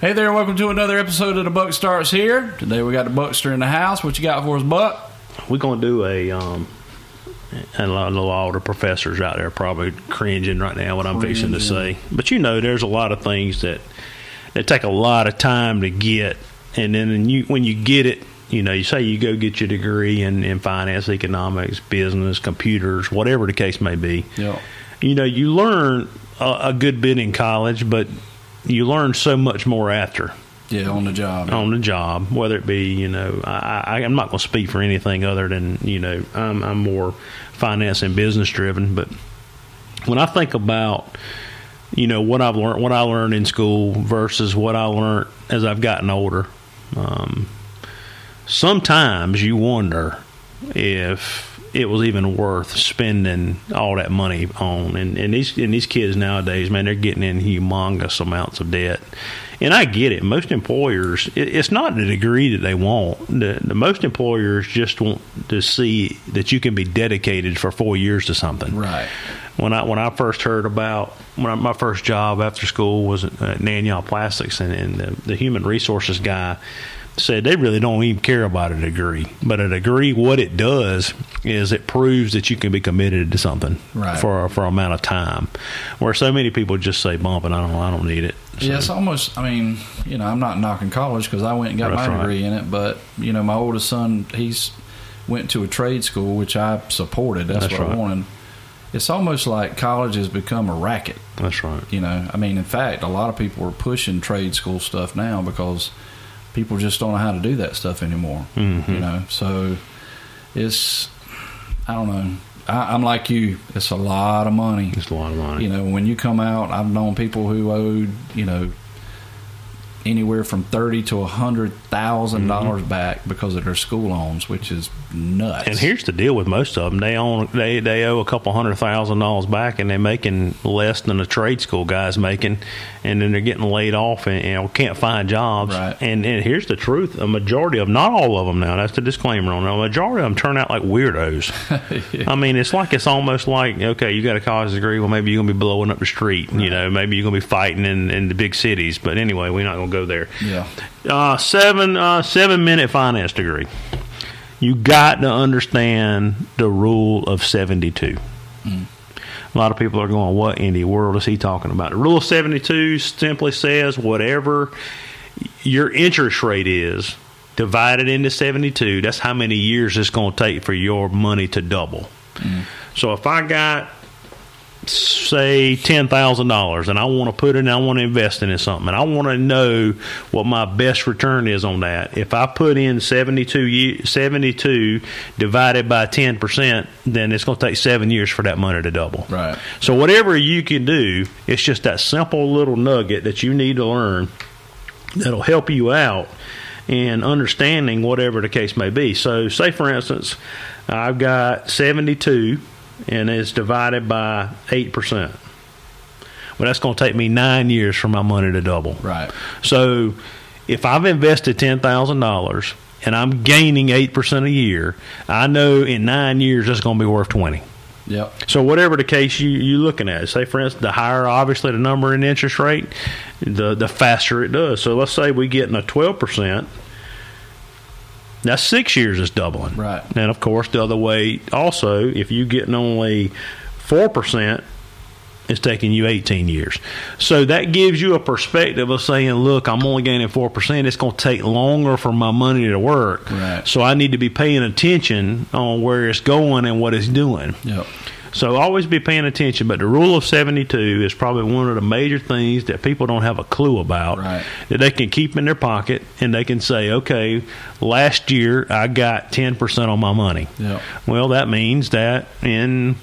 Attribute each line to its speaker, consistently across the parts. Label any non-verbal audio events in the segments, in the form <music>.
Speaker 1: Hey there, welcome to another episode of The Buck Starts Here. Today we got the Buckster in the house. What you got for us, Buck?
Speaker 2: We're gonna do a um, and I know all the professors out there are probably cringing right now what I'm fixing to say, but you know, there's a lot of things that that take a lot of time to get, and then when you when you get it, you know, you say you go get your degree in, in finance, economics, business, computers, whatever the case may be.
Speaker 1: Yeah.
Speaker 2: You know, you learn a, a good bit in college, but you learn so much more after
Speaker 1: Yeah, on the job.
Speaker 2: on the job, whether it be you know, I, I, I'm not going to speak for anything other than you know, I'm, I'm more finance and business driven. But when I think about you know what I've learned, what I learned in school versus what I learned as I've gotten older, um, sometimes you wonder if it was even worth spending all that money on and, and these and these kids nowadays man they're getting in humongous amounts of debt and I get it most employers it, it's not the degree that they want the, the most employers just want to see that you can be dedicated for four years to something
Speaker 1: Right.
Speaker 2: when I when I first heard about when I, my first job after school was at uh, Nanyang Plastics, and, and the, the human resources guy said they really don't even care about a degree, but a degree what it does is it proves that you can be committed to something
Speaker 1: Right.
Speaker 2: for for amount of time, where so many people just say bump and I don't I don't need it. So,
Speaker 1: Yeah, it's almost. I mean, you know, I'm not knocking college because I went and got
Speaker 2: That's
Speaker 1: my
Speaker 2: right.
Speaker 1: degree in it, but you know, my oldest son, he's went to a trade school, which I supported. That's,
Speaker 2: That's
Speaker 1: what I
Speaker 2: right.
Speaker 1: wanted. It's almost like college has become a racket.
Speaker 2: that's right.
Speaker 1: You know, I mean, in fact, a lot of people are pushing trade school stuff now because people just don't know how to do that stuff anymore.
Speaker 2: Mm-hmm.
Speaker 1: You know, so it's I don't know. I, I'm like you. It's a lot of money.
Speaker 2: It's a lot of money.
Speaker 1: You know, when you come out, I've known people who owed you know anywhere from thirty to a hundred
Speaker 2: Mm-hmm.
Speaker 1: dollars back because of their school loans, which is nuts.
Speaker 2: And here's the deal with most of them: they own they they owe a couple hundred thousand dollars back, and they're making less than a trade school guy's making, and then they're getting laid off and, and can't find jobs.
Speaker 1: Right.
Speaker 2: And and here's the truth: a majority of not all of them now. That's the disclaimer on it. A majority of them turn out
Speaker 1: <laughs>
Speaker 2: like weirdos. I mean, it's like it's almost like okay, you got a college degree. Well, maybe you're gonna be blowing up the street. You know, maybe you're gonna be fighting in, in the big cities. But anyway, we're not gonna go there.
Speaker 1: yeah,
Speaker 2: Uh, seven uh, seven minute finance degree. You got to understand the rule of seventy two. A lot of people are going, "What in the world is he talking about?" The rule of seventy two simply says whatever your interest rate is divided into seventy two. That's how many years it's going to take for your money to double. So if I got say ten thousand dollars and I want to put it in, I want to invest in it something and I want to know what my best return is on that. If I put in 72, ye- 72 divided by ten percent, then it's going to take seven years for that money to double.
Speaker 1: Right.
Speaker 2: So whatever you can do, it's just that simple little nugget that you need to learn that'll help you out in understanding whatever the case may be. So, say for instance, I've got 72 and it's divided by 8%. Well, that's going to take me nine years for my money to double.
Speaker 1: right.
Speaker 2: So, if I've invested $10,000 and I'm gaining 8% a year, I know in nine years that's going to be worth 20.
Speaker 1: Yep.
Speaker 2: So whatever the case you you looking at, say for instance, the higher obviously the number in interest rate, the the faster it does. So let's say we getting a twelve percent. That's six years is doubling.
Speaker 1: Right.
Speaker 2: And of course the other way also, if you getting only four percent, it's taking you eighteen years. So that gives you a perspective of saying, look, I'm only gaining four percent. It's going to take longer for my money to work.
Speaker 1: Right.
Speaker 2: So I need to be paying attention on where it's going and what it's doing.
Speaker 1: Yep.
Speaker 2: So always be paying attention. But the rule of 72 is probably one of the major things that people don't have a clue about
Speaker 1: Right.
Speaker 2: that they can keep in their pocket and they can say, okay, last year I got 10% on my money.
Speaker 1: Yep.
Speaker 2: Well, that means that in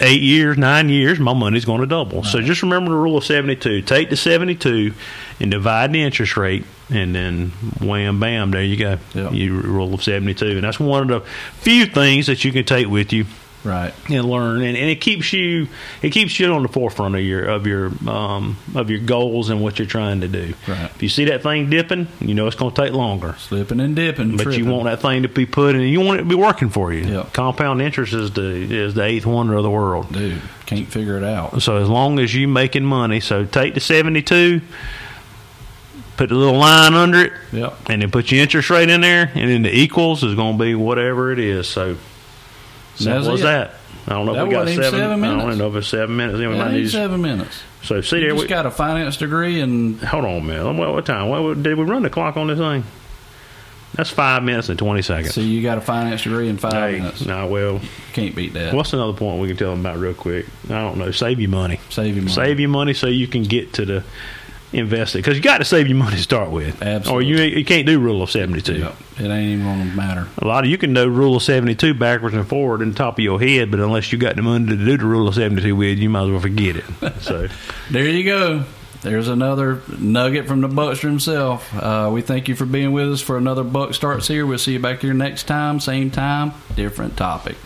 Speaker 2: eight years, nine years, my money's going to double. So just remember the rule of 72. Take the 72 and divide the interest rate, and then wham, bam, there you go.
Speaker 1: Yeah.
Speaker 2: You rule of 72. And that's one of the few things that you can take with you
Speaker 1: Right.
Speaker 2: and learn and, and it keeps you it keeps you on the forefront of your of your um, of your goals and what you're trying to do
Speaker 1: Right.
Speaker 2: if you see that thing dipping you know it's going to take longer
Speaker 1: Slipping and dipping.
Speaker 2: but
Speaker 1: tripping.
Speaker 2: you want that thing to be put in. You want it to be working for you.
Speaker 1: Yeah.
Speaker 2: Compound interest is the is the eighth wonder of the world.
Speaker 1: dude can't figure it out
Speaker 2: So as long as you making money, so take the seventy two, put the little line under it,
Speaker 1: Yep.
Speaker 2: and then put your interest rate in there, and then the equals is going to be whatever it is. So
Speaker 1: That's
Speaker 2: simple as
Speaker 1: it.
Speaker 2: that. I don't know
Speaker 1: That
Speaker 2: if we got
Speaker 1: wasn't even
Speaker 2: seven.
Speaker 1: seven
Speaker 2: I don't
Speaker 1: minutes.
Speaker 2: know if it's seven minutes. Then we
Speaker 1: Yeah,
Speaker 2: might
Speaker 1: I
Speaker 2: need
Speaker 1: need
Speaker 2: to-
Speaker 1: seven minutes.
Speaker 2: so see
Speaker 1: You
Speaker 2: there.
Speaker 1: just
Speaker 2: We,
Speaker 1: got a finance degree and
Speaker 2: hold on, man. What, what time? What, did we run the clock on this thing? That's five minutes and twenty seconds.
Speaker 1: so you got a finance degree in five
Speaker 2: Hey,
Speaker 1: minutes.
Speaker 2: nah, well,
Speaker 1: Can't beat that.
Speaker 2: what's another point we can tell them about real quick? I don't know. Save your money.
Speaker 1: Save you money.
Speaker 2: Save your money so you can get to the invest it because you got to save your money to start with,
Speaker 1: Absolutely.
Speaker 2: or you you can't do rule of seventy two.
Speaker 1: Yep. It ain't even gonna matter.
Speaker 2: A lot of you can know rule of seventy two backwards and forward in the top of your head, but unless you got the money to do the rule of seventy two with, you might as well forget it. So
Speaker 1: There you go. There's another nugget from the Buckster himself. Uh, we thank you for being with us for another Buck Starts Here. We'll see you back here next time, same time, different topic.